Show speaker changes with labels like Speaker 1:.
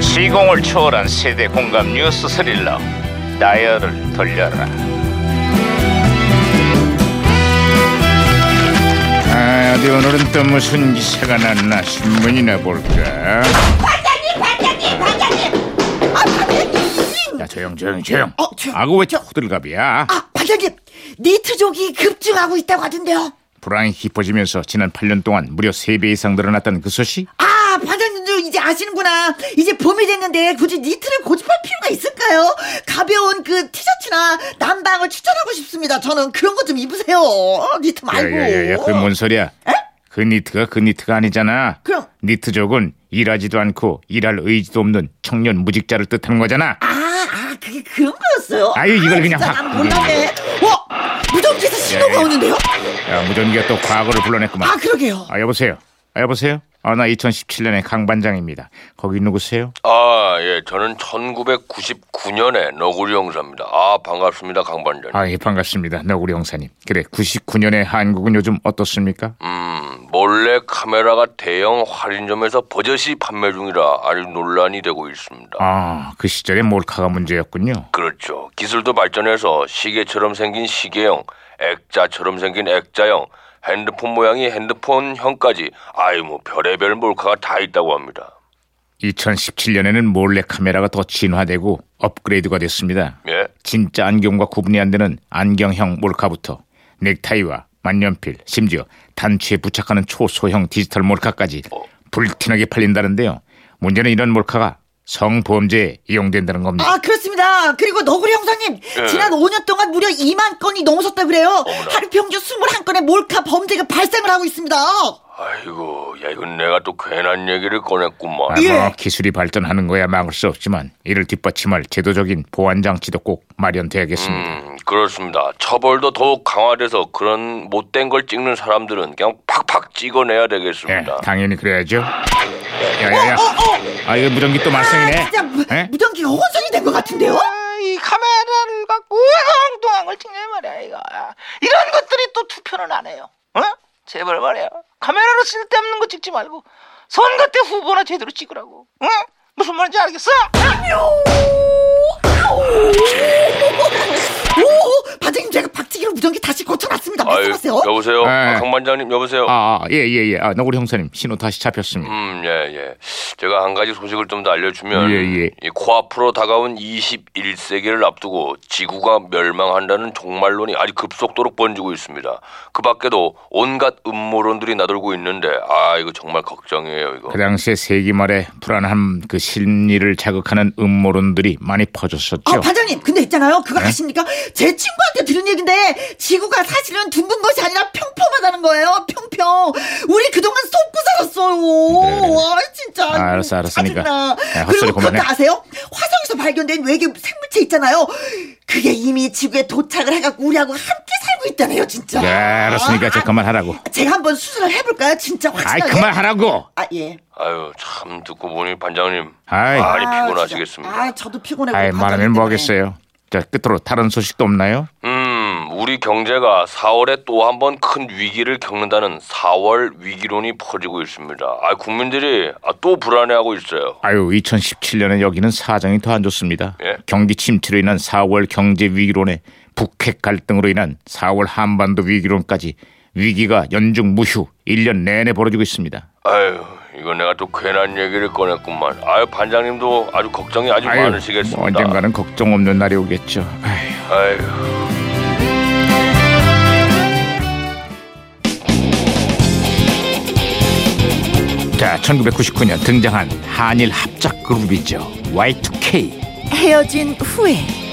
Speaker 1: 시공을 초월한 세대 공감 뉴스 스릴러 다이얼을 돌려라 아, 어디 오늘은 또 무슨 기사가 났나 신문이나 볼까
Speaker 2: 반장님, 반장님! 아, 반장님!
Speaker 1: 야 조용 조용 조용
Speaker 2: 어, 조용.
Speaker 1: 아그 왜 호들갑이야
Speaker 2: 아, 반장님! 니트족이 급증하고 있다고 하던데요.
Speaker 1: 불황이 깊어지면서 지난 8년 동안 무려 3배 이상 늘어났다는 그 소식
Speaker 2: 아, 반장님도 이제 아시는구나. 이제 봄이 됐는데 굳이 니트를 고집할 필요가 있을까요? 가벼운 그 티셔츠나 난방을 추천하고 싶습니다. 저는 그런 거 좀 입으세요. 어, 니트
Speaker 1: 예,
Speaker 2: 말고.
Speaker 1: 야야야야 그게 뭔 소리야 그 니트가 그 니트가 아니잖아
Speaker 2: 그럼.
Speaker 1: 니트족은 일하지도 않고 일할 의지도 없는 청년 무직자를 뜻하는 거잖아
Speaker 2: 아, 아, 그게 그런 거였어요?
Speaker 1: 아유, 이걸 그냥
Speaker 2: 진짜
Speaker 1: 확.
Speaker 2: 난 몰랐네. 어? 무전기에서 신호가
Speaker 1: 예, 예.
Speaker 2: 오는데요?
Speaker 1: 야, 무전기가 또 과거를 불러냈구만.
Speaker 2: 아, 그러게요.
Speaker 1: 아, 여보세요. 아, 여보세요. 아, 나 2017년의 강 반장입니다. 거기 누구세요?
Speaker 3: 아, 예, 저는 1999년에 너구리 형사입니다. 아, 반갑습니다, 강반장.
Speaker 1: 아, 예, 반갑습니다. 너구리 형사님. 그래, 99년의 한국은 요즘 어떻습니까?
Speaker 3: 음, 몰래 카메라가 대형 할인점에서 버젓이 판매 중이라 아주 논란이 되고 있습니다.
Speaker 1: 아, 그 시절의 몰카가 문제였군요.
Speaker 3: 그렇죠. 기술도 발전해서 시계처럼 생긴 시계형, 액자처럼 생긴 액자형, 핸드폰 모양이 핸드폰형까지 아이 뭐 별의별 몰카가 다 있다고 합니다.
Speaker 1: 2017년에는 몰래 카메라가 더 진화되고 업그레이드가 됐습니다.
Speaker 3: 예?
Speaker 1: 진짜 안경과 구분이 안 되는 안경형 몰카부터 넥타이와 만년필, 심지어 단추에 부착하는 초소형 디지털 몰카까지 불티나게 팔린다는데요. 문제는 이런 몰카가 성범죄에 이용된다는 겁니다.
Speaker 2: 아 그렇습니다. 그리고 너구리 형사님
Speaker 3: 예.
Speaker 2: 지난 5년 동안 무려 2만 건이 넘어섰다 그래요. 하루 평균 21건의 몰카 범죄가 발생을 하고 있습니다. 어,
Speaker 3: 아이고, 야, 이건 내가 또 괜한 얘기를 꺼냈구만.
Speaker 1: 아, 뭐
Speaker 2: 예.
Speaker 1: 기술이 발전하는 거야 막을 수 없지만 이를 뒷받침할 제도적인 보안 장치도 꼭 마련돼야겠습니다.
Speaker 3: 음, 그렇습니다. 처벌도 더욱 강화돼서 그런 못된 걸 찍는 사람들은 그냥 팍팍 찍어내야
Speaker 1: 예,
Speaker 3: 되겠습니다.
Speaker 1: 당연히 그래야죠. 야야야,
Speaker 2: 어, 어.
Speaker 1: 아 이거 무전기 또
Speaker 2: 아,
Speaker 1: 말썽이네.
Speaker 2: 진짜 무,
Speaker 1: 예?
Speaker 2: 전기가 혼선이 된 것 같은데요?
Speaker 4: 아, 이 카메라를 갖고 우왕좌왕을 찍냐 말이야 이거 이런 것들이 또 투표는 안 해요 어? 제발 말이야 카메라로 쓸데없는 거 찍지 말고 선거때 후보나 제대로 찍으라고 응? 무슨 말인지 알겠어?
Speaker 2: 오, 반장님 제가 박치기로 무전기 다시 고쳐놨습니다.
Speaker 3: 아유,
Speaker 2: 말씀하세요.
Speaker 3: 여보세요,
Speaker 1: 예.
Speaker 3: 아, 강반장님 여보세요.
Speaker 1: 아, 아, 예, 예, 예. 아, 너구리 형사님 신호 다시 잡혔습니다.
Speaker 3: 음, 예, 예. 제가 한 가지 소식을 좀 더 알려주면,
Speaker 1: 예, 예.
Speaker 3: 이 코앞으로 다가온 21세기를 앞두고 지구가 멸망한다는 종말론이 아주 급속도로 번지고 있습니다. 그 밖에도 온갖 음모론들이 나돌고 있는데, 아, 이거 정말 걱정이에요, 이거.
Speaker 1: 그 당시에 세기 말에 불안함 그 심리를 자극하는 음모론들이 많이 퍼졌었죠. 네.
Speaker 2: 아, 반장님, 근데 있잖아요. 그거 아십니까? 제 친구한테 들은 얘긴데, 지구가 사실은 둥근 것이 아니라 평평하다는 거예요. 평평. 우리 그동안 쏟고 살았어요.
Speaker 1: 그래, 그래.
Speaker 2: 와, 진짜.
Speaker 1: 아, 알았어, 알았으니까.
Speaker 2: 짜증나.
Speaker 1: 야, 헛소리
Speaker 2: 그리고 그것도
Speaker 1: 그만해.
Speaker 2: 아세요? 화성에서 발견된 외계 생물체 있잖아요. 그게 이미 지구에 도착을 해갖고 우리하고 함께 살고 있다네요, 진짜.
Speaker 1: 예, 알았으니까 제 그만하라고.
Speaker 2: 제가 한번 수술을 해볼까요? 진짜
Speaker 1: 아이
Speaker 2: 확실하게.
Speaker 1: 그만하라고.
Speaker 2: 아, 예.
Speaker 3: 아유, 참 듣고 보니 반장님,
Speaker 1: 아이.
Speaker 3: 많이
Speaker 2: 아,
Speaker 3: 피곤하시겠습니다.
Speaker 2: 진짜. 아, 저도 피곤해.
Speaker 1: 아이 말하면 뭐하겠어요. 자 끝으로 다른 소식도 없나요?
Speaker 3: 음, 우리 경제가 4월에 또 한 번 큰 위기를 겪는다는 4월 위기론이 퍼지고 있습니다. 아, 국민들이 아, 또 불안해하고 있어요.
Speaker 1: 아유 2017년에 여기는 사정이 더 안 좋습니다.
Speaker 3: 예.
Speaker 1: 경기 침체로 인한 4월 경제 위기론에 북핵 갈등으로 인한 4월 한반도 위기론까지 위기가 연중 무휴 1년 내내 벌어지고 있습니다.
Speaker 3: 아유, 이거 내가 또 괜한 얘기를 꺼냈구만. 아유, 반장님도 아주 걱정이 아주
Speaker 1: 아유
Speaker 3: 많으시겠습니다.
Speaker 1: 뭐 언젠가는 걱정 없는 날이 오겠죠. 아유.
Speaker 3: 아유.
Speaker 1: 자, 1999년 등장한 한일 합작 그룹이죠. Y2K.
Speaker 2: 헤어진 후에.